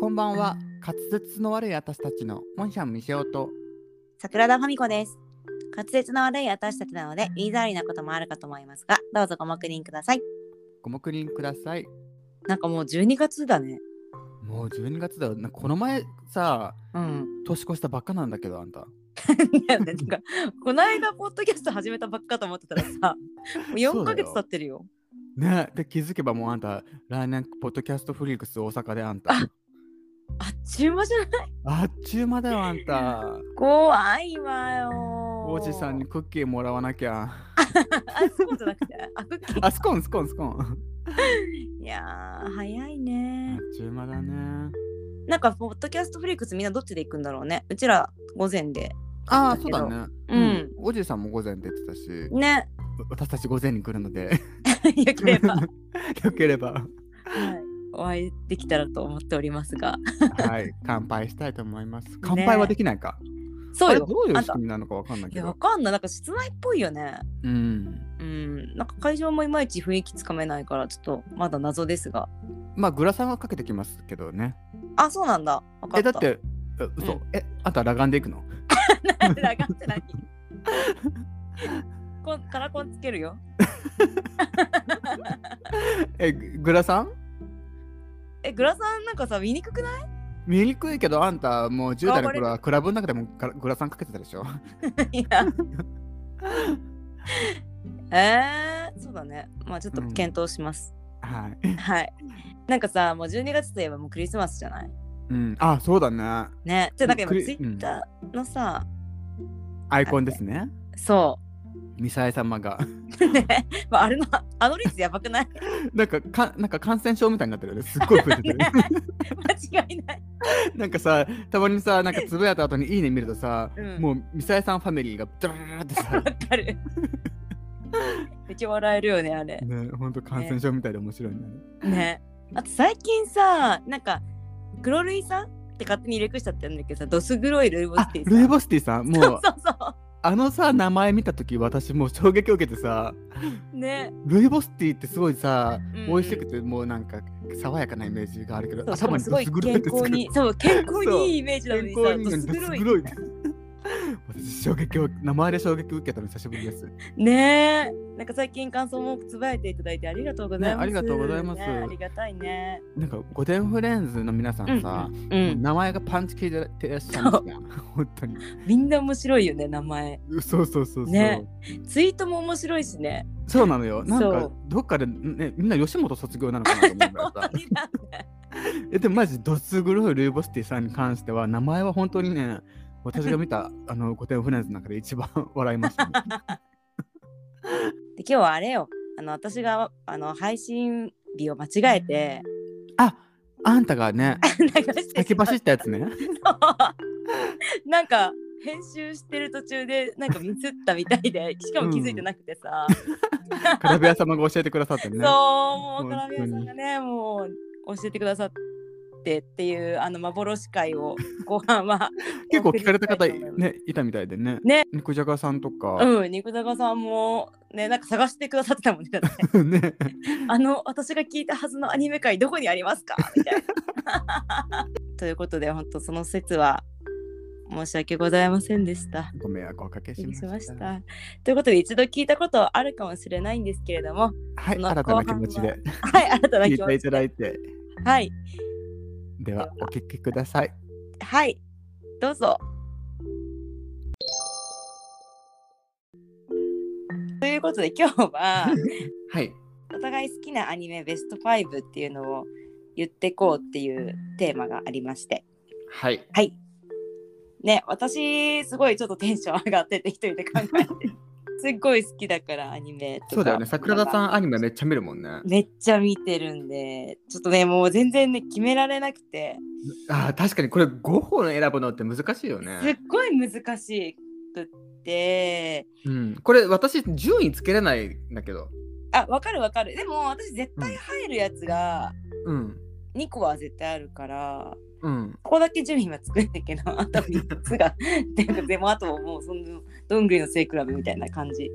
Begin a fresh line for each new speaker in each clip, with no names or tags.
こんばんは滑舌の悪い私たちのモンシャンミシオと
桜田ファミコです。滑舌の悪い私たちなので言いざりなこともあるかと思いますが、どうぞご黙認ください。
ご黙認ください
なんかもう12月だね。
もう12月だよなこの前さ
うん。
年越したばっかなんだけどあんた
いやなんかこの間ポッドキャスト始めたばっかと思ってたら さ、もう
そう
4
だ
ヶ
よ
月経ってるよ。
ねで気づけばもうあんた来年ポッドキャストフリークス大阪であんた
ああっちゅう間じゃない
あっちゅう間だよあんた
怖いわよ。
おじさんに。クッキーもらわなきゃ
あ、そうじゃなくて。あ、クッキー。
あスコーンスコーンスコーンあ
いやー、早い
っ
ね。
ちゅう間だね
なんかポッドキャストフリックスみんなどっちで行くんだろうね。うちら午前で。
ああそうだね
うん
おじいさんも午前出てたし
ね。
私たち午前に来るので
よければ。
よければ
はい、お会いできたらと思っておりますが。
はい、乾杯したいと思います。乾杯はできないか。
そう
あれ
よ
ど。うい
あ
うん仕
た
組みなのかわかんない
い
け
や、わ
ど。
かんない。なんか室内っぽいよね。
うん。
うん。なんか会場もいまいち雰囲気つかめないから、ちょっとまだ謎ですが。
まあグラサンはかけてきますけどね。
あ、そうなんだ。わか
え
った。
だってえ嘘、
うん
えあんた裸眼でいくの？
なんでラガンって何 こんカラコンつけるよ。
えグラサン？
え、グラさんなんかさ、見にくくない
見にくいけどあんたもう10代の
頑張れ
頃はクラブの中でもガラグラサンかけてたでしょ。
い や。えー、そうだね。まあちょっと検討します。
はい。
はい。なんかさ、もう12月といえばもうクリスマスじゃない
うん。あそうだね。
ね。じゃあなんか今
ク
ツ
リ
イッターのさ、
アイコンですね。
そう。
ミサエ様が
ね、まあ、あれのあの率やばくない
なんかかなんか感染症みたいになってるよ ねすっごい増えて る、
間違いない。
なんかさたまにさなんかつぶやいた後にいいね見るとさ、
うん
もうミサエさんファミリーがダララララってさ
わ かる。めっちゃ笑えるよね、あれ。
ね、本当感染症みたいで面白いね。
ね。あと最近さ、なんか、黒類さんって勝手に略しちゃってるんだけどさ、ドス黒いルイボ
あ
ス、ティーさん。
ルイボスティーさん、もう
そうそうそ
あのさ名前見た時私もう衝撃を受けてさ、
う。ね。
ルイボスティーってすごいさ、
うん
美味しくてもうなんか爽やかなイメージがあるけど、
そうしかもすごい
ドス黒
健康に、そう、健康にいいイメージなのに
健
さ、
康に
ド
いい
ス
の
黒
に
い。
黒い。私衝撃を名前で衝撃を受けたの久しぶりです。
ねえ。なんか最近感想もつぶやいていただいてありがとうございます。
ねありがとうございます
ねありがたいね。
なんかゴデンフレンズの皆さんさ、
う。
もうん名前がパンチ効いてらっしゃるんですよ。本当に。
みんな面白いよね、名前。
そうそうそうそう。
ねツイートも面白いし ね。
そうなのよ。なん
そ
か
う
どっかで、ね、みんな吉本卒業なのかなと思うぐらい
本
さ
当になんだ
えでもマジドス黒いルイボスティさんに関しては名前は本当にね私が見 たあの古典フレンズの中で一番笑いましたね、
で今日はあれよあの私があの配信日を間違えて
ああんたがね
流して
先
しまっ
走ったやつ ね
たなんか編集してる途中でなんかミスったみたいでしかも気づいてなくてさ、
カラビア様が教えてくださってね
そうもう
本当に
カラビアさんがねもう教えてくださってっていうあの幻会を後半は
結構聞かれた方
お送りしたいと思います
ねいたみたいでね
ね
肉じゃがさんとか、
うん肉じがさんもねなんか探してくださってたもんねだっ て
ね
あの私が聞いたはずのアニメ界どこにありますかみたいな。 ということで本当その説は申し訳ございませんでした。
ご迷惑をおかけし
失
ま
礼
し
したましたということで一度聞いたことはあるかもしれないんですけれども
はい
その
新たな気持ち
後
で
はい新たな
聞
気
い
持
てい
ち
ただ
で
いて
はい
ではお聞きください
はいどうぞ。ということで今日 は
はい
お互い好きなアニメベスト5っていうのを言ってこうっていうテーマがありまして
はい
はい。ね、私、すごいちょっとテンション上がってて、一人で考えて。 すっごい好きだから、アニメとか。
そうだよね桜田さ
ん。
んアニメめっちゃ見るもんね
めっちゃ見てるんで、ちょっとね、もう全然ね、決められなくて、
あー確かにこれ5本選ぶのって難しいよ
すっ
ね。
ごい難しくって、
うん、これ私順位つけれないんだけど。
あ、わかるわかる。でも、私、絶対入るやつが
うん。
2個は絶対あるから、
うん。
ここだけ順位はつくんだけど、あと3 つが、でも、でもあとはもう、その、どんぐりの背比べみたいな感じ。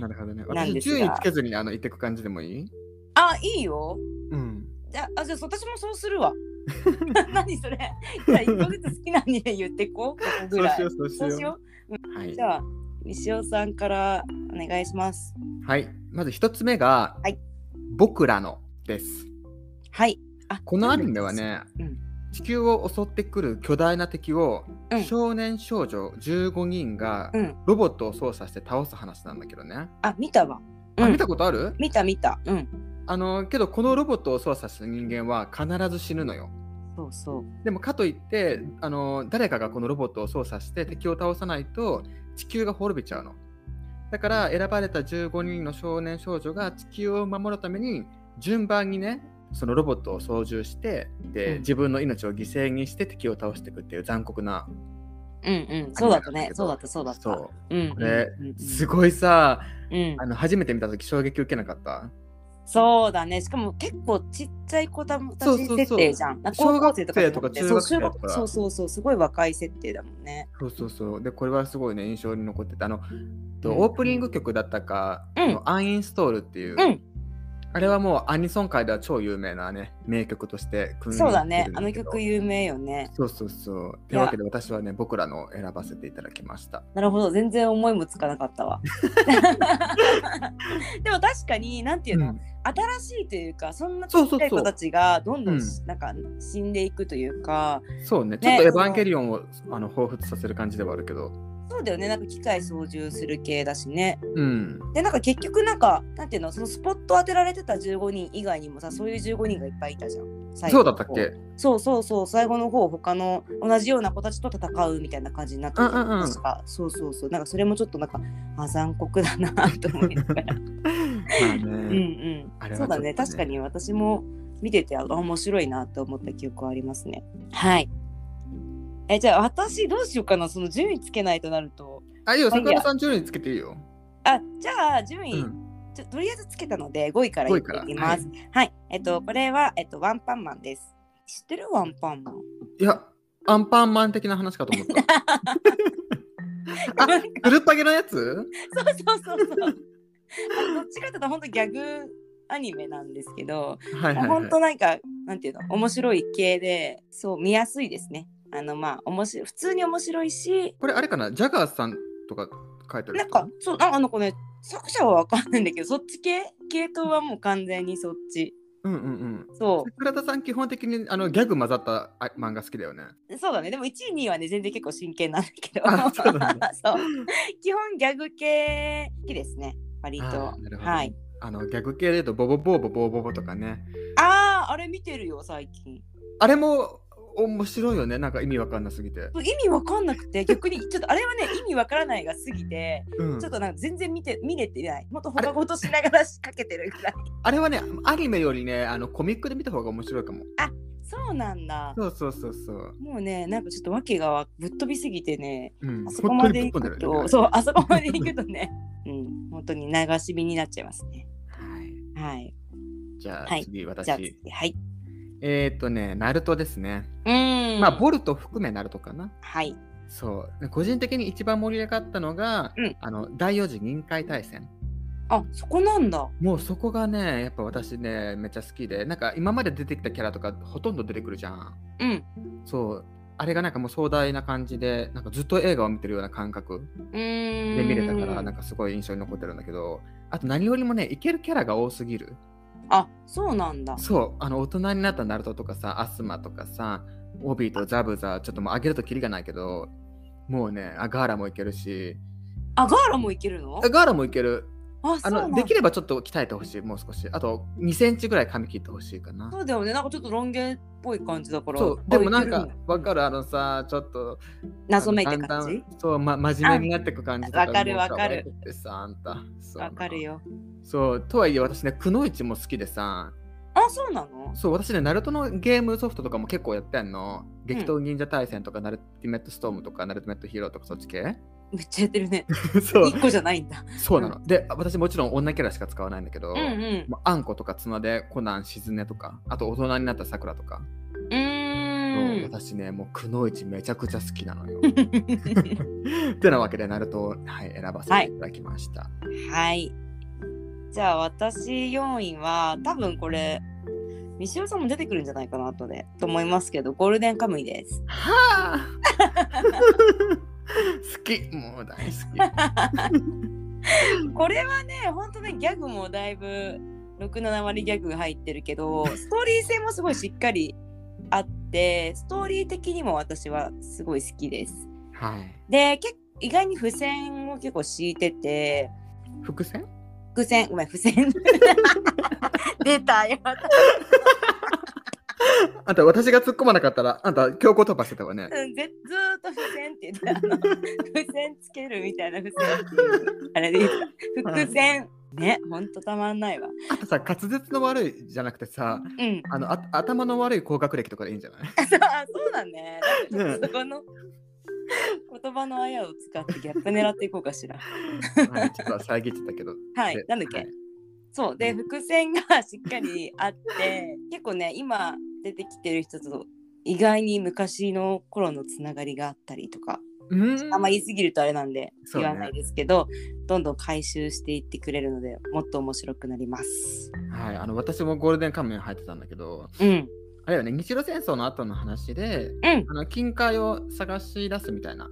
なるほどね。
なん
私
ですが
順位つけずにあの言ってく感じでもいい
あ、いいよ。
うん。
じゃあ、あじゃあ、私もそうするわ。 何それじ ゃあ一個ずつ好きなに言ってこうここぐ
そう
らい
しよう、そう
そう
し
し
よ
よ
う。は
う
い
じ。ゃあ西尾さんからお願いします
はい、まず一つ目が、
はい
僕らのです。
はいあ
このアニメはね、
うん
地球を襲ってくる巨大な敵を、
うん
少年少女15人が
うん
ロボットを操作して倒す話なんだけどね。
あ見たわ
あ
うん
見たことある
見た見たうん
あのけどこのロボットを操作する人間は必ず死ぬのよ。
そうそう
でもかといってあの誰かがこのロボットを操作して敵を倒さないと地球が滅びちゃうの。だから選ばれた15人の少年少女が地球を守るために順番にねそのロボットを操縦して
うん
で自分の命を犠牲にして敵を倒していくっていう残酷な、
うんうんそうだったねそうだったそうだった
そ
うん
これ
うんうん
うすごいさ
うん
あの初めて見た時衝撃受けなかった
そうだねしかも結構ちっちゃい子たち
そうそうそう
設定じゃんなんか
小学
高校生
生とか
じゃなくて
中学生とか
そうそうそうそうすごい若い設定だもんね
そうそうそうでこれはすごいね印象に残ってたあのと
うん
オープニング曲だったか、
うん
あのアンインストールっていう、
うん
あれはもうアニソン界では超有名なね名曲として君臨
そうだね
して
あ
るん
の
けど
曲有名よね
そうそうそうというわけで私はね僕らのを選ばせていただきました
なるほど全然思いもつかなかった わでも確かになんていうの、
うん
新しいというかそんなち
そう
っ
そうそ
ちゃ
う
い子たちがどんどん、
うん
なんか死んでいくというか
そうねちょっ
ね
とエヴァンゲリオンを、あの彷彿させる感じではあるけど
そうだよねなんか機械操縦する系だしね
うん
でなんか結局なんかなんていうのそのスポット当てられてた15人以外にもさそういう15人がいっぱいいたじゃん最後
そう
の
だ
方
ったっけ
そうそうそう最後の方他の同じような子たちと戦うみたいな感じになってた
うんうんうん
確かそうそうそうなんかそれもちょっとなんかあ残酷だなと思いながら
まあね、
うんうん
あれは
そうだ
ちょっ
ね
とね
確かに私も見ててあ面白いなと思った記憶はありますねはいえじゃあ私どうしようかなその順位つけないとなると
あいいよ
まあいいや
坂本さん順位つけていいよ、
あじゃあ順
う
位、
ん、
ちょとりあえずつけたので5位から
5位
言っ
から
ていきます。はい、えっとこれはえっとワンパンマンです。知ってるワンパンマン。
いやアンパンマン的な話かと 思ったあグルッパゲのやつ
そうそうそう そう。あのどっちかというと本当ギャグアニメなんですけど、
はいはい、はい
本、当なんかなんていうの面白い系でそう見やすいですね。あのまあ面白い普通に面白いし
これあれかなジャガーさんとか書いてある
なんかそうああのこれ作者はわかんないんだけどそっち系系統はもう完全にそっち。
うんうんうん
そう
桜田さん基本的にあのギャグ混ざったあ漫画好きだよね。
そうだね。でも1位、2位はね、全然結構真剣なんだけど。
あそうなんだ
そう基本ギャグ系好きですね。割と。
あーなるほど
はい。
あのギャグ系で言うとボボボーボボーボボとかね。
ああ、あれ見てるよ、最近。
あれも面白いよね。なんか意味わかんなすぎて。
意味わかんなくて、逆に、ちょっとあれはね、意味わからないが過ぎて、
うん
ちょっとなんか全然見て、見れてない。もっと他ごとしながら仕掛けてる ぐらい。
あれはね、アニメよりね、あのコミックで見た方が面白いかも。
そうなんだ。
そうそうそうそう。
もうね、なんかちょっと訳がわぶっ飛びすぎてね、
うん、
あそこまで
本
行
当に
く
ぶっ込んでる
と、そう、あそこまで行くと ね、うん、本当に流し見になっちゃいますね。
はい
はい。
じゃあ、
はい
次私。
じゃあ次、はい。
えっ、ー、とね、ナルトですね。
うーん。
まあ、ボルト含めナルトかな。
はい。
そう。個人的に一番盛り上がったのが、
うん
あの第4次臨海大戦。
あ、そこなんだ。
もうそこがね、やっぱ私ね、めっちゃ好きで、なんか今まで出てきたキャラとかほとんど出てくるじゃん。
うん。
そう。あれがなんかもう壮大な感じで、なんかずっと映画を見てるような感覚
うーん。
で見れたから、なんかすごい印象に残ってるんだけど、あと何よりもね、いけるキャラが多すぎる。
あ、そうなんだ。
そう、あの大人になったナルトとかさ、アスマとかさ、オビーとザブザ、ちょっともうあげるとキリがないけど、もうね、あガーラもいけるし、
あ、ガーラもいけるの
あガーラもいける。
あ、そ
あ
うなん
の
だ。
できればちょっと鍛えてほしい、もう少し。あと2センチぐらい髪切ってほしいかな。
そうだよね。なんかちょっとロン毛っぽい感じだから。
そう
あ
でもなん
い
か
けるの
わかるあのさちょっと
謎めい
あ
て
のだんだ
感
ん
じ。
そう、ま、真面目になってく感じと
あわかる
もうさ
わか
可愛
る
くてさあんたそう
わかるよ。
そうとはいえ私ねくのいちも好きでさ
あ、そうなの
そう私ねナルトのゲームソフトとかも結構やってんの激闘忍者対戦とか、ナルティメットストームとかナルティメットヒーローとかそっち系
めっちゃやってるね。
そう
一個じゃないんだ。
そうなので私もちろん女キャラしか使わないんだけど、
うんうん。
まあんことか綱でコナンしずねとかあと大人になったさくらとか、
うー。
そうん私ねもうくのいちめちゃくちゃ好きなの よてなわけで、ナルトを、はい、選ばせていただきました。
はい。じゃあ私4位は多分これ西尾さんも出てくるんじゃないかな後でと思いますけどゴールデンカムイです
はあ 好きもう大好
これはね本当ねギャグもだいぶ67割ギャグ入ってるけどストーリー性もすごいしっかりあってストーリー的にも私はすごい好きです
き。はい。
で結意外に付箋を結構敷いてて
伏線
伏線ごめん付箋 出たよ
あんた私が突っ込まなかったら、あんた強行突破してたわね。
うんぜずーっと付箋って言ってあの付箋つけるみたいな付箋っていうあれで言った伏線ねほんとたまんないわ
あとさ、滑舌の悪いじゃなくてさ、
うん
あのあ頭の悪い高学歴とかでいいんじゃない
あ そうだね
ね
そこの言葉のあやを使ってギャップ狙っていこうかしら
はい ちょっと遮ってたけど。
はい
で
なんだっけ、
はい
そうで伏線がしっかりあって結構ね今出てきてる人と意外に昔の頃のつながりがあったりとか
うーん
あんま言い過ぎるとあれなんで
そう
言
ね
わないですけど、どんどん回収していってくれるのでもっと面白くなります。
はい、あの私もゴールデンカムイ入ってたんだけど、
うん
あれよね、日露戦争の後の話で、
うん
あの金塊を探し出すみたいな。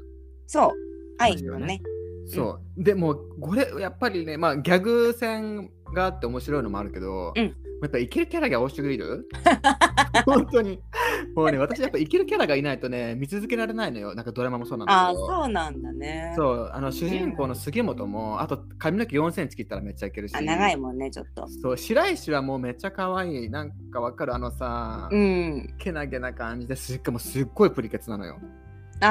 そう愛
ですよ
の
ね
ね
そう。でも、これ、やっぱりね、まあ、ギャグ戦があって面白いのもあるけど、
うん
やっぱイケるキャラが多すぎる 本当に。もうね、私、やっぱイケるキャラがいないとね、見続けられないのよ。なんかドラマもそうなんだけ
ああ
ど。
そうなんだね。
そうあの主人公の杉本も、あと髪の毛4センチ切ったらめっちゃいけるし
あ長いもんねちょっと。
そう白石はもうめっちゃ可愛いなんかわかるあのさ、
うん
けなげな感じですっごいもうすっごいプリケツなのよ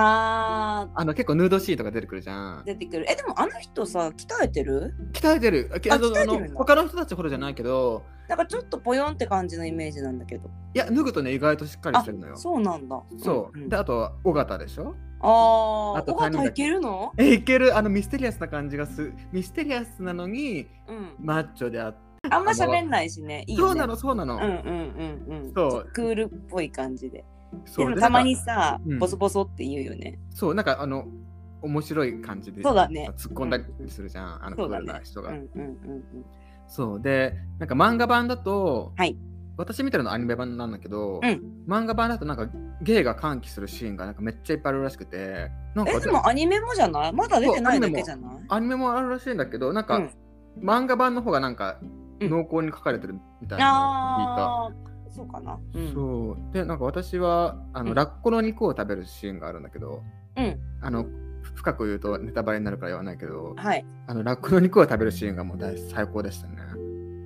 あ
あの結構ヌードシーンとか出てくるじゃん
ー出てくるえでもあの人さ鍛えてる
鍛えてるあけ
あ
あの
鍛えてるんだ
あの他の人たちほどじゃないけど
なんかちょっとポヨンって感じのイメージなんだけど
いや脱ぐとね意外としっかりしてるのよ
そうなんだ
そう、
んん
であと尾形でしょ
ああ
あと
尾形
谷
いけるの
えいけるあのミステリアスな感じがすミステリアスなのに
うん
マッチョであって
あんま喋んないしねいいよね
そうなのそうなの、
うんうんうんうん
そう
ちょっとクールっぽい感じで
そ
で
う
も
で
たまに
なんか
さ、
うん
ボソボソって言うよね。
そうなんかあの面白い感じで
そうだね
突っ込んだりするじゃん、あのク
そうだ
ー
ね
ルな人
うん
が
うんうん
そうでなんか漫画版だと、
はい
私見てるのアニメ版なんだけど、
うん
漫画版だとなんかゲイが歓喜するシーンがなんかめっちゃいっぱいあるらしくてなん
うん。
か
え、でもアニメもじゃないまだ出てないだけじゃない
アニメもあるらしいんだけどなんか、
うん
漫画版の方がなんか
うん
濃厚に書かれてるみたいなのを聞いた。
ああ、そうかな。うん
そうでなんか私はあの、
うん
ラッコの肉を食べるシーンがあるんだけど、
うん
あの深く言うとネタバレになるから言わないけど
はい。
あのラッコの肉を食べるシーンがもう大最高でしたね。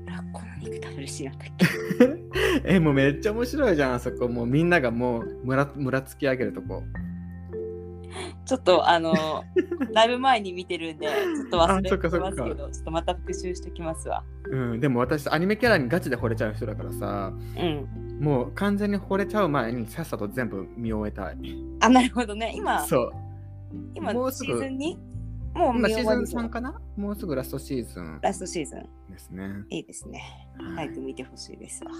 ラッコの肉食べるシーンあったっけ
えもうめっちゃ面白いじゃんあそこもうみんながもうむらむらつき上げるとこ
ちょっと あの、だいぶ前に見てるんで、ちょっと忘れ
あそっか
て
そっか
ますけど、ちょっとまた復習してきますわ。
うんでも私アニメキャラにガチで惚れちゃう人だからさ
うん。
もう完全に惚れちゃう前にさっさと全部見終えたい
あ、なるほどね。今、
そう
今
もうす
シ
ぐ
ーズンにもう見
今シ
終わり
ーズ
そ
ン3
う
かなもうすぐラストシーズン
ラストシーズン。
ですね
いいですね。
は
早
い
く見てほしいですわ。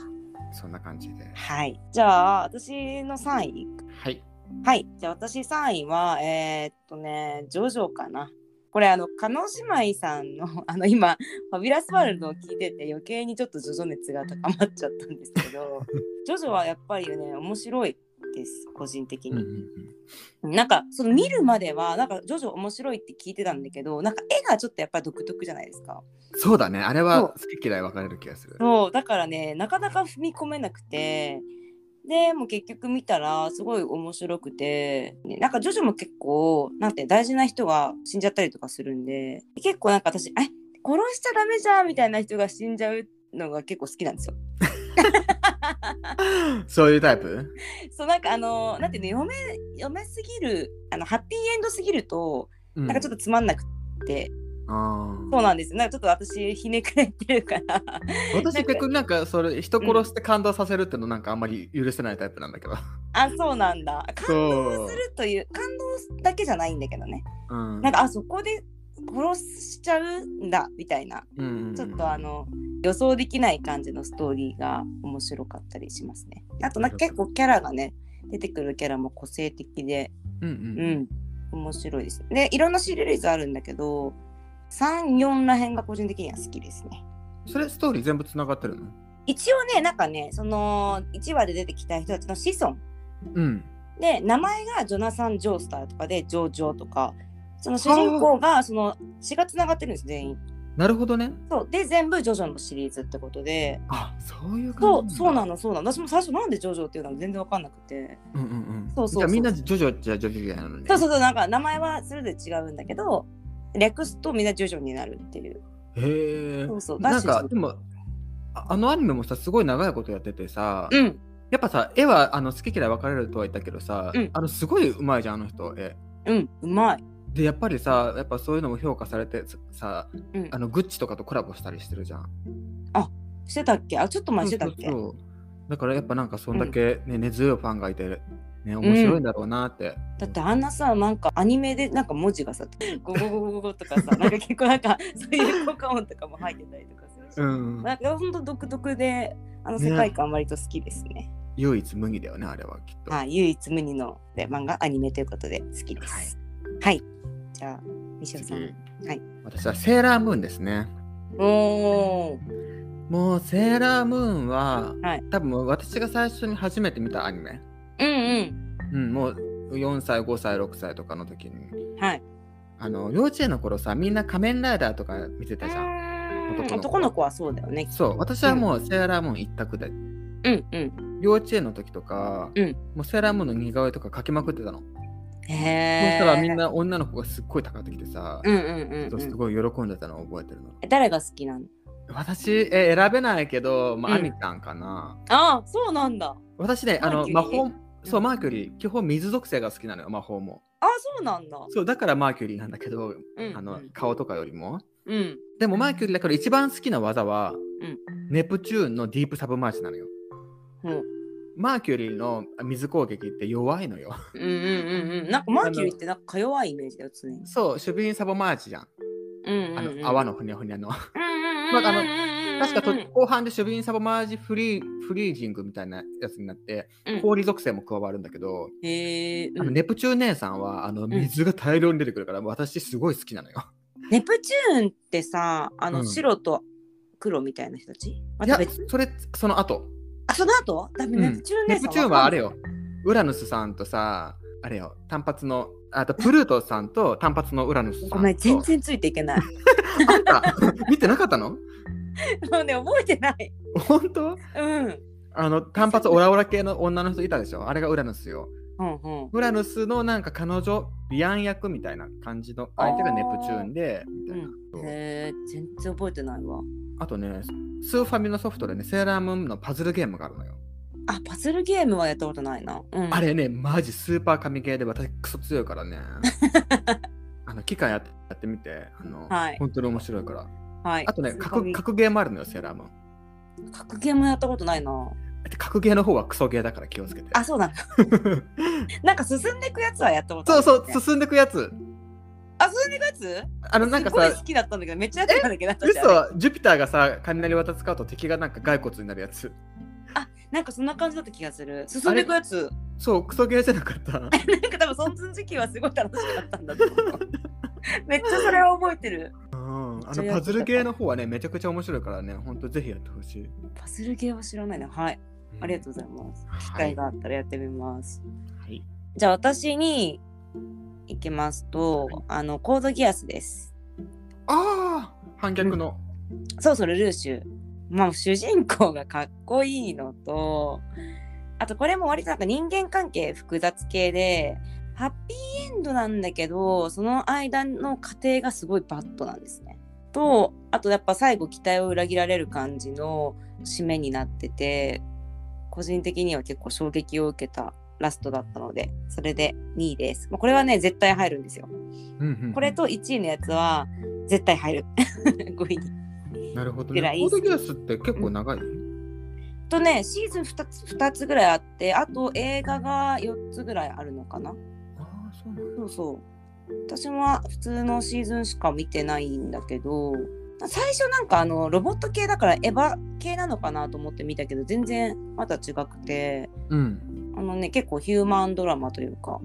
そんな感じで
はい。じゃあ、私の3位
はい
はい。じゃあ私3位は、えーっとね、ジョジョかな。これ、あの、叶姉妹さんの、 あの、今、ファビュラスワールドを聞いてて、余計にちょっとジョジョ熱が高まっちゃったんですけど、ジョジョはやっぱりね、面白いです、個人的
うんうん
に。なんか、その見るまでは、なんか、ジョジョ面白いって聞いてたんだけど、なんか、絵がちょっとやっぱり独特じゃないですか。
うんそうだねあれ
そ
は
う
好き嫌い分かれる気がする
そう、だからね、なかなか踏み込めなくて、でもう結局見たらすごい面白くて、ね、なんかジョジョも結構なんて大事な人が死んじゃったりとかするんで結構なんか私「え殺しちゃダメじゃん」みたいな人が死んじゃうのが結構好きなんですよ。
そういうタイプ
そうなんかあのなんていうの読め読めすぎるあのハッピーエンドすぎると
な
なんかちょっ
と
とつまんなくて、
あー
そうなんですよなんかちょっと私ひねくれてるから
私
なんか
逆になんかそれ人殺して感動させるってのなんかあんまり許せないタイプなんだけ ど
あそうなんだ感
そう
動するという感動だけじゃないんだけどね
うん
なんかあそこで殺しちゃうんだみたいな
うん
ちょっとあの予想できない感じのストーリーが面白かったりしますね。あとなんか結構キャラがね出てくるキャラも個性的で、
うん
う
うん
ん、面白いです。でいろんなシリーズあるんだけど34ら辺が個人的には好きですね。
それストーリー全部つながってるの
一応ねなんかねその1話で出てきた人たちの子孫
うん。
で名前がジョナサン・ジョースターとかでジョージョーとかその主人公がその血がつながってるんです全員。
なるほどね。
そうで全部ジョジョのシリーズってことで
あ、そういう感じ
そうそうな
の。
のそうなの私も最初なんでジョジョっていうのは全然分かんなくて
うんうんうん。
そうそうそう
じゃあみんなジョジョじゃジョジョじゃないのね。
そうそうそうなんか名前はそれぞれ違うんだけど略すとみんなジョジョになるっていう
へえ
そうそう
なん
だ
か
し
でもああのアニメもさすごい長いことやっててさ、
うん
やっぱさ絵はあの好き嫌い分かれるとは言ったけどさ、
うん
あのすごいうまいじゃんあの人絵
うんうまい、
でやっぱりさやっぱそういうのも評価されてさ
うん
あ、のグッチとかとコラボしたりしてるじゃん
してたっけあちょっと前してたっけ
そうそうそうだからやっぱなんかそんだけ、ね根強いファンがいてね面白いんだろうなって、
だってあんなさなんかアニメでなんか文字がさゴゴゴゴゴゴとかさなんか結構なんかそういう効果音とかも入ってたりとかするし、
うん
なんかほんと独特であの
ね
世界観割と好きですね
唯一無二だよねあれはきっと、
はい、唯一無二ので漫画アニメということで好きです。はい、じゃあ西尾さん。
次
はい
私はセーラームーンですね
おお、
もうセーラームーンは、
はい
多分もう私が最初に初めて見たアニメ、
うん
うん、もう4歳5歳6歳とかの時に
うん、はい。
あの幼稚園の頃さみんな仮面ライダーとか見てたじゃん
うーん男の子はそうだよね。
そう私はもうセーラームーン一択で、
うんう
幼稚園の時とか、
うん
もうセーラームーンの似顔絵とか描きまくってたの、
ん。へ
そ
え。
したらみん。な女の子がすっごい高ってきてさ、
うんうんうん、
す
うん。
ごい喜んでたのを覚えてるの
誰が好きなの？
私え選べないけど、まあ、
う
ア
ん
ミちゃんかな、
ああ、そうなんだ。
私ねあの魔
マーキュリー
法そうマーキュリー基本水属性が好きなのよ魔法も
ああ、そうなんだ。
そうだからマーキュリーなんだけど、
うん
あ
う
の
ん
顔とかよりも
うん。
でもマーキュリーだから一番好きな技は、
うん
ネプチューンのディープサブマーチなのよ。
うん
マーキュリーの水攻撃って弱いのよ。
うんうんうんうん。なんかマーキュリーってなんかか弱いイメージだよ常に。
そう、守備員サブマーチじゃん。
うんうん、うん。
あの泡。のふにゃふにゃの。
うんうんうん。
まああの
の
確かと後半で守備員サブマーチフリーフリージングみたいなやつになって
うん、
氷属性も加わるんだけど、
へえ。
あ
う
の
ん
ネプチューン姉さんはあの水が大量に出てくるから、私すごい好きなのよ。
ネプチューンってさあの、
うん
白と黒みたいな人たちま
い
た
や
別、
それ、その後。
あその後だめ、
うん
ネプチューン
ネ
姉
プ
さん
チューンはあれ
よ
よ、ウラヌスさんとさ、あれよ、単発の、あとプルートさんと単発のウラヌスさんと。
ごめん全然ついて いけない
あんた見てなかったの
もうね覚えてない
本当
うん
あの単発オラオラ系の女の人いたでしょあれがウラヌスよ。
うんうん
ウラヌスのなんか彼女、ビアン役みたいな感じの相手がネプチューンで、みたいな。
へえ全然覚えてないわ
あとね、スーファミのソフトでね、セーラームーンのパズルゲームがあるのよ。
あパズルゲームはやったことないな、うん、
あれね、マジスーパー神ゲーで私クソ強いから ね。あの、期間やってやってみて、あの、
はい
本当に面白いから。
はい
あとね、格
格
格ゲーもあるのよ、セーラームーン。
格ゲームやったことないな
格ゲーの方はクソゲーだから気をつけて。
あそうなんだなんか進んでいくやつはやったことあ
そ
る
うそう、進んでくやつ。
あ進んでいくやつ
あの、なんか
すごい
さ
好、きだったんだけどめっちゃやってたんだけど私あれ
嘘ジュピターがさ、雷渡使うと敵がなんか骸骨になるやつ。
なんかそんな感じだった気がする進んでいくやつ
そう、クソゲーじゃなかった。
なんか多分その時期はすごい楽しかったんだと思 う。めっちゃそれは覚えてる。
うん、あのパズルゲーの方はね、めちゃくちゃ面白いからね、ほんとぜひやってほしい。
パズルゲーは知らないな。はい。ありがとうございます。
うん
機会があったらやってみます。
はい。
じゃあ私に行きますと、あのコードギアスです。
ああ反逆の。
そうそうルルーシュ。まあ主人公がかっこいいのと、あとこれも割となんか人間関係複雑系で、ハッピーエンドなんだけど、その間の過程がすごいバッドなんですね。と、あとやっぱ最後期待を裏切られる感じの締めになってて、個人的には結構衝撃を受けたラストだったので、それで2位です。まあこれはね、絶対入るんですよ。
うんうんうん
これと1位のやつは絶対入る。5位に。
なるほど
ぐら
ね。
い
コードギアスって結構長い。
とねシーズン2つ ,2 つぐらいあってあと映画が4つぐらいあるのかな
ああ、そうなんだ。
そうそう私は普通のシーズンしか見てないんだけど最初なんかあのロボット系だからエヴァ系なのかなと思って見たけど全然また違くて
うん。
あのね結構ヒューマンドラマというか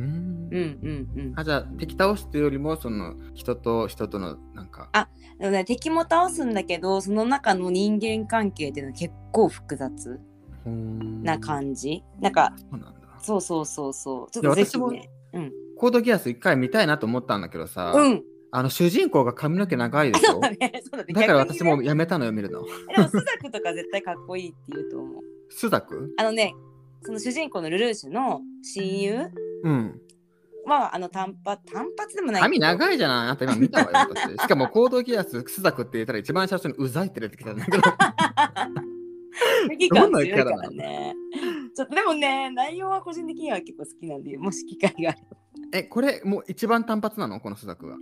うん
うんうんうん
あじゃあ敵倒すというよりもその人と人とのなんか
でもね敵も倒すんだけどその中の人間関係っていうのは結構複雑な
な
感じなんか
そうなんだ
そうそうそうそうちょ
いや
っとぜ
私
ひ
も
ね
コードギアス一回見たいなと思ったんだけどさ、
うん
あの主人公が髪の毛長いでし
そ
ょ
うだねそうだね
だから
逆に
私
ね
もうやめたのよ見るの
でもスザクとか絶対かっこいいって言うと思う
スザク
あのねその主人公のルルーシュの親友
うん
はあの短髪短髪でもない
髪長いじゃないあんた今見 たわよ私しかもコードギアススザクって言ったら一番最初にうざいって出てきたんだけど
危機感
どんな
強
キ
い
ャ
か
ラなの
らねちょっとでもね内容は個人的には結構好きなんでもし機会があれば
えこれもう一番単発なのこのスザクは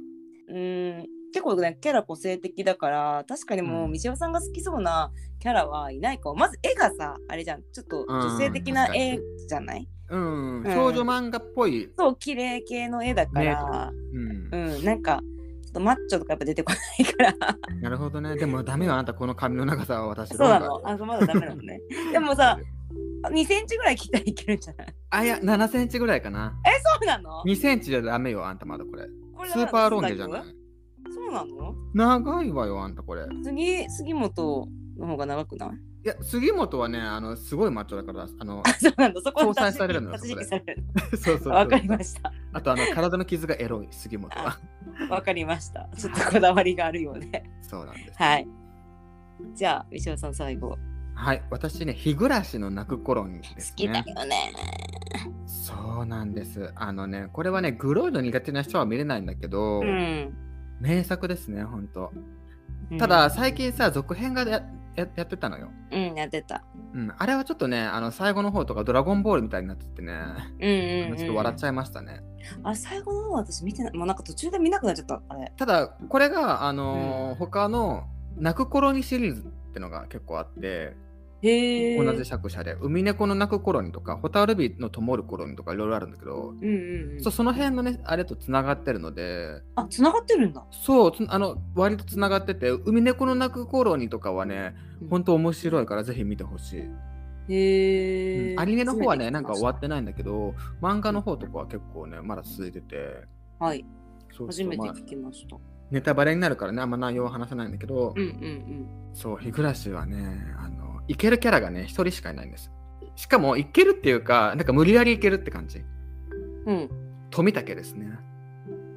うん結構ねキャラ個性的だから確かにも
う
うん道夫さんが好きそうなキャラはいないかもまず絵がさあれじゃんちょっと女性的な
うん
絵じゃない
うん、
うん
少女漫画っぽい、
そう綺麗系の絵だから、
うん
うんなんかちょっとマッチョとかやっぱ出てこないから
なるほどねでもダメよあんたこの髪の長さは私
そうな
ロン
の
が
あそうまだダメな のねでもさ2センチぐらい切ったらいけるんじゃない
あいや7センチぐらいかな
えそうなの
2センチじゃダメよあんたまだこれ
これ
スーパーロン毛
ゲ
じゃない
そうなの
長いわよあんたこれ
杉杉本の方が長くない
いや杉本はねあのすごいマッチョだからあの
そうなんだそこ
搭載されるのよ
立ち引き
そ
される
そうそうそう
わかりました
あとあの体の傷がエロい杉本は
わかりましたちょっとこだわりがあるよ うで
そうなんです
はいじゃあ石尾さん最後好
はい私ね日暮らしの泣く頃にです
きだ
ね
よね
そうなんですあのねこれはねグロいの苦手な人は見れないんだけど、
うん
名作ですねほんと
うん
ただ最近さ続編がやややってたのよ、
うんやってた
うん、あれはちょっとねあの最後の方とか「ドラゴンボール」みたいになっててね、
うんうん、うん、
ちょっと笑っち
ゃ
ゃいましたね
うあ最後の方は私見てないもうなんか途中で見なくなっちゃったあれ
ただこれがあのー他の「泣く頃に」シリーズってのが結構あって
へえ
同じ作者で「海猫の泣く頃に」とか「ホタルビの灯る頃に」とかいろいろあるんだけど、
うんうん、うん、
そうその辺のねあれとつながってるので
あ繋がってるんだ
そうつあの割とつながってて「海猫の泣く頃に」とかはね
うん
本当面白いからぜひ見てほしい。
へえ、
アニメの方はね、
初
な
め
ん
て聞き
か
ま
終
した
わってないんだけど、漫画の方とかは結構ね、まだ続いてて、
はい
そうそう
初めて
まあ
聞きました、
ネタバレになるからね、あんま内容は話せないんだけど、
うんうん
そう、日暮らしはね、あの、いけるキャラがね、一人しかいないんです。しかも、いけるっていうか、なんか無理やりいけるって感じ。
うんうん
富武ですね。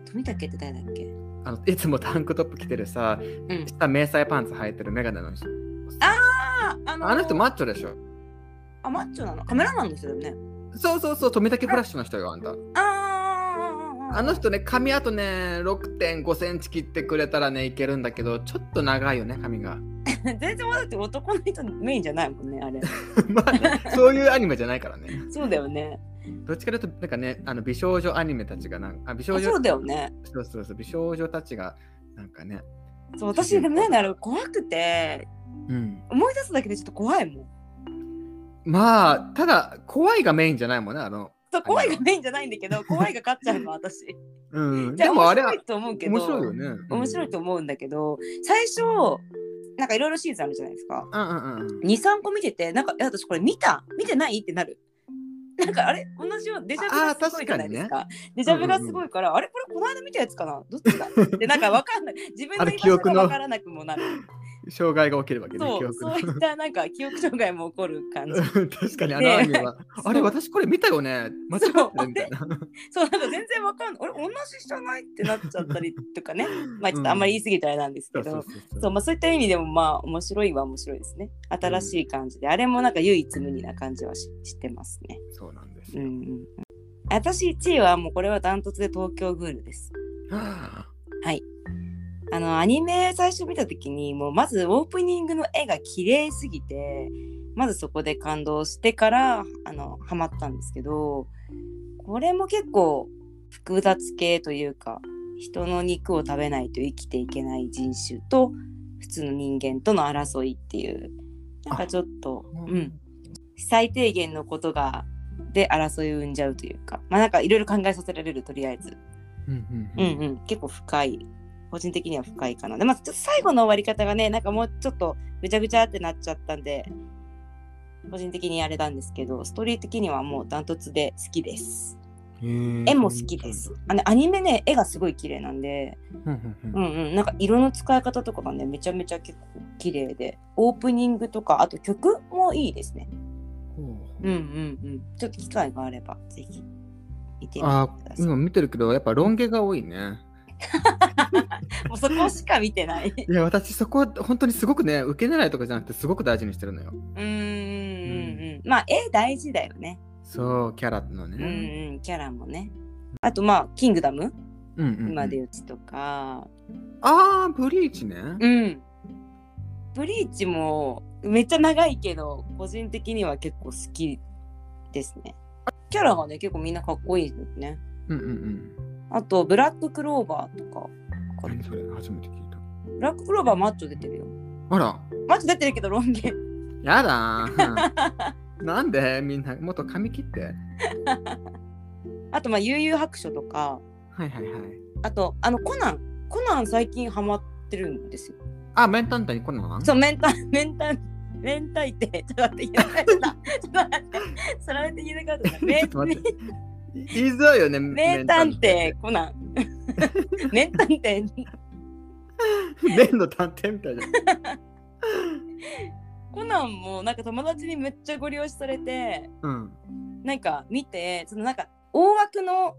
富武って誰だっけ
あのいつもタンクトップ着てるさ、
うん
下迷彩パンツ履いてるメガネの人。
ああのー
あの人マッチョでしょ。
あマッチョなのカメラマンの人だよね
そうそうそう、富武フラッシュの人よ、あんた。
ああ
あの人ね、髪あとね、6.5センチ切ってくれたらね、いけるんだけど、ちょっと長いよね、髪が。
全然まだって男の人メインじゃないもんねあれ
まあね、そういうアニメじゃないからね。
そうだよね
どっちかというと、なんかね、あの美少女アニメたちがなんか、あ美
あ
少女
そうだよね
そうそうそう、美少女たちが、なんかね、
そう私でもねあれ怖くて
うん。
思い出すだけでちょっと怖いもん
まあ、ただ、怖いがメインじゃないもんね、あの。
そう怖いがメインじゃないんだ けど怖いが勝っちゃうの私
うん。
じゃ
でもあれ
面
は
白いと思うけど
面白いよね。うん
面白いと思うんだけど最初なんかいろいろシーズンあるじゃないですか
うんうんうん。
23個見ててなんかえ私これ見た見てないってなるなんかあれ同じようなデジャブがすごいじゃないですかデジャブがすごいから、あれこれこの間見たやつかなどっちだってなんかわかん ない自分
あ
の
れ
居
記
場所
憶の
がわからなく もなる
障害が起きるわけね、
そ
記
う
憶
そ
の
う。いったなんか記憶障害も起こる 感じ
うん確かにあのアニメ は、あれ私これ見たよね間違ってるみたいな。
そうなんか全然わかんない俺同じじゃないってなっちゃったりとかねまあちょっとあんまり言い過ぎたらあれなんですけど、
そう
そうまあ、そういった意味でもまあ面白いは面白いですね新しい感じで、あれもなんか唯一無二な感じはししてますね
そうなんです
う
よ。
んうん私1位はもうこれはダントツで東京グールです。
はあ
あのアニメ最初見た時にもうまずオープニングの絵が綺麗すぎてまずそこで感動してからあのハマったんですけどこれも結構複雑系というか人の肉を食べないと生きていけない人種と普通の人間との争いっていうなんかちょっとうん最低限のことがで争いを生んじゃうというかまあなんかいろいろ考えさせられるとりあえず、
うんう
うん
うん
んうん、結構深い個人的には深いかなでまあちょっと最後の終わり方がねなんかもうちょっとぐちゃぐちゃってなっちゃったんで個人的にあれなんですけどストーリー的にはもうダントツで好きです絵も好きです。あのアニメね絵がすごい綺麗なんで、
うんうんう
うんんうん、なんか色の使い方とかがねめちゃめちゃ結構綺麗でオープニングとかあと曲もいいですね。
ほう
うんうんうん、ちょっと機会があればぜひ見てみてくだ
あ
さい。
今見てるけどやっぱロン毛が多いね。
もうそこしか見てない。
いや私そこは本当にすごくね受け狙いとかじゃなくてすごく大事にしてるのよ。
うんうんうん。まあ絵大事だよね。
そうキャラの
うん
ね。
うんキャラもね。あとまあキングダム
うんうんうん
今で打つとか。
ああブリーチね。
うん。ブリーチもめっちゃ長いけど個人的には結構好きですね。キャラがね結構みんなかっこいいですね。
うんうんうん。
あとブラッククローバーとか。これ
何それ初めて聞いた。
ブラッククローバーマッチョ出てるよ。
あら
マッチョ出てるけどロン毛。
やだ ーなんでみんなもっと髪切って。
あとまあ悠々白書とか。
はいはいはい。
あとあのコナン。コナン最近ハマってるんですよ。
あメンタンタにこんなん
そう、明 太、明太、明太って、ちょっと待って、言えなか った。ちょっと待って、そられて言えなかったな。
ちょっと待って言いづらいよね。
名名探偵コナン。名探偵
面の探偵みたいな。
コナンもなんか友達にめっちゃご利用しされて
うん。
なんか見てそのなんか大枠の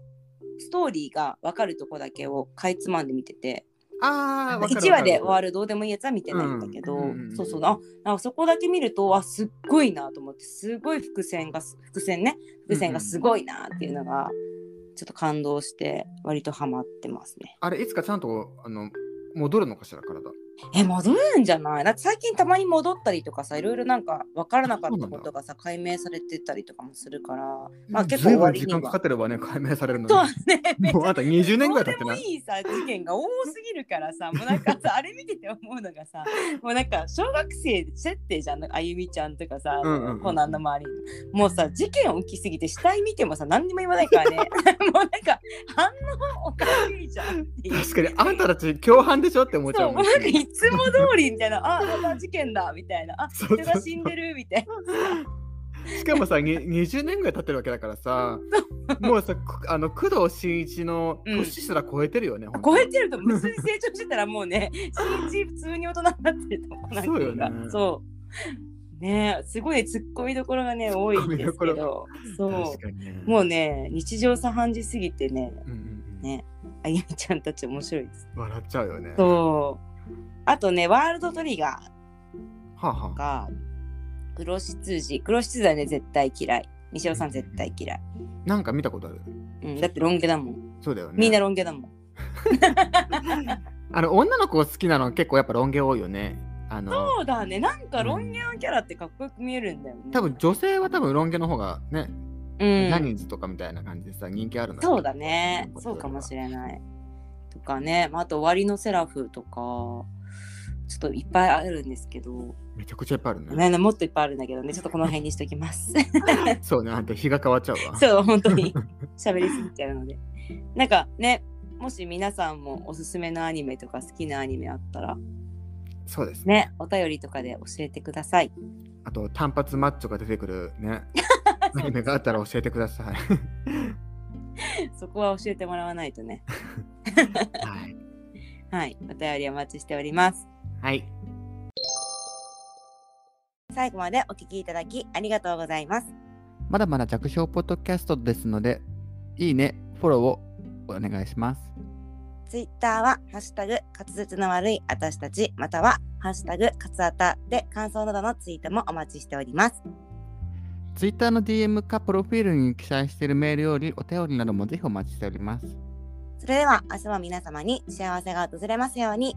ストーリーが分かるとこだけをかいつまんで見てて
ああ、わかる
1話で終わ
る。
るどうでもいいやつは見てないんだけど、
うんうん
そうそうあなんかそこだけ見るとわすっごいなと思ってすごい伏線がす伏線ね伏線がすごいなっていうのがちょっと感動して割とハマってますね。
あれ、いつかちゃんとあの戻るのかしら、体。
え戻るんじゃないだって最近たまに戻ったりとかさいろいろなんか分からなかったことがさ解明されてたりとかもするからまあ結構
ずい
終
ぶ
わ
ん
り
時
に
間かか
は
ってればね、解明されるのに。
そうねめっち
もう
ゃ
あなた20年ぐらい経
ど
って
うで
な
も
い。
いいさ事件が多すぎるからさもうなんか さあれ見てて思うのがさもうなんか小学生設定じゃんあゆみちゃんとかさ、
うんうんうん
コナンの周りにもうさ事件起きすぎて死体見てもさ何にも言わないからね もうなんか反応おかしいじゃんっていう。
確かに、あんたたち共犯でしょって思っちゃ
そうう
も
なんんかいつも通りみたいなあまた事件だみたいなあ
そうそう
人が死んでるみたいな
しかもさ、 に20年ぐらい経ってるわけだからさ、もうさ、こあの工藤新一の
うん
年すら超えてるよね。ほんと
超えてると普通に成長してたらもうね新人普通に大人になってると思うなんていか
そうよね
そうねえすごい突っ込みどころがね多いんですけどそ
確かにね。
うもうね日常茶飯事すぎてね
うんうんうん
ねあゆみちゃんたち面白いです
笑っちゃうよね。は
そうあとねワールドトリガ
あ
ー
はあ。
が黒執事黒執事はね絶対嫌い西尾さん絶対嫌い、
なんか見たことある。
うん、だってロン毛だもん
そうだよね。
みんなロン毛だもん。
あの女の子好きなの結構やっぱロン毛多いよね。あの
そうだね。なんかロン毛のキャラってかっこよく見えるんだよね。
多分女性は多分ロン毛の方がね、
うん、
ジャニーズとかみたいな感じでさ人気あるの
そうだね。そうかもしれない。とかね、まあ、あと終わりのセラフとか、ちょっといっぱいあるんですけど、
れない。めちゃくちゃいっぱいあるね。
ねもっといっぱいあるんだけどね、ちょっとこの辺にしとき ます。
そうね、あんた日が変わっちゃうわ。
そう、本当 に喋りすぎちゃうので。なんかね、もし皆さんもおすすめのアニメとか好きなアニメあったら、
そうですね。
ね、お便りとかで教えてください。
あと単発マッチョが出てくる ね。アニメがあったら教えてください。
そこは教えてもらわないとね。
はい。
はい、お便りお待ちしております。
はい。
最後までお聞きいただきありがとうございます。
まだまだ弱小ポッドキャストですので、いいね、フォローをお願いします。
ツイッターはハッシュタグ滑舌の悪い私たちまたはハッシュタグカツアタで感想などのツイートもお待ちしております。
ツイッターの DM かプロフィールに記載しているメールよりお便りなどもぜひお待ちしております。
それでは明日も皆様に幸せが訪れますように。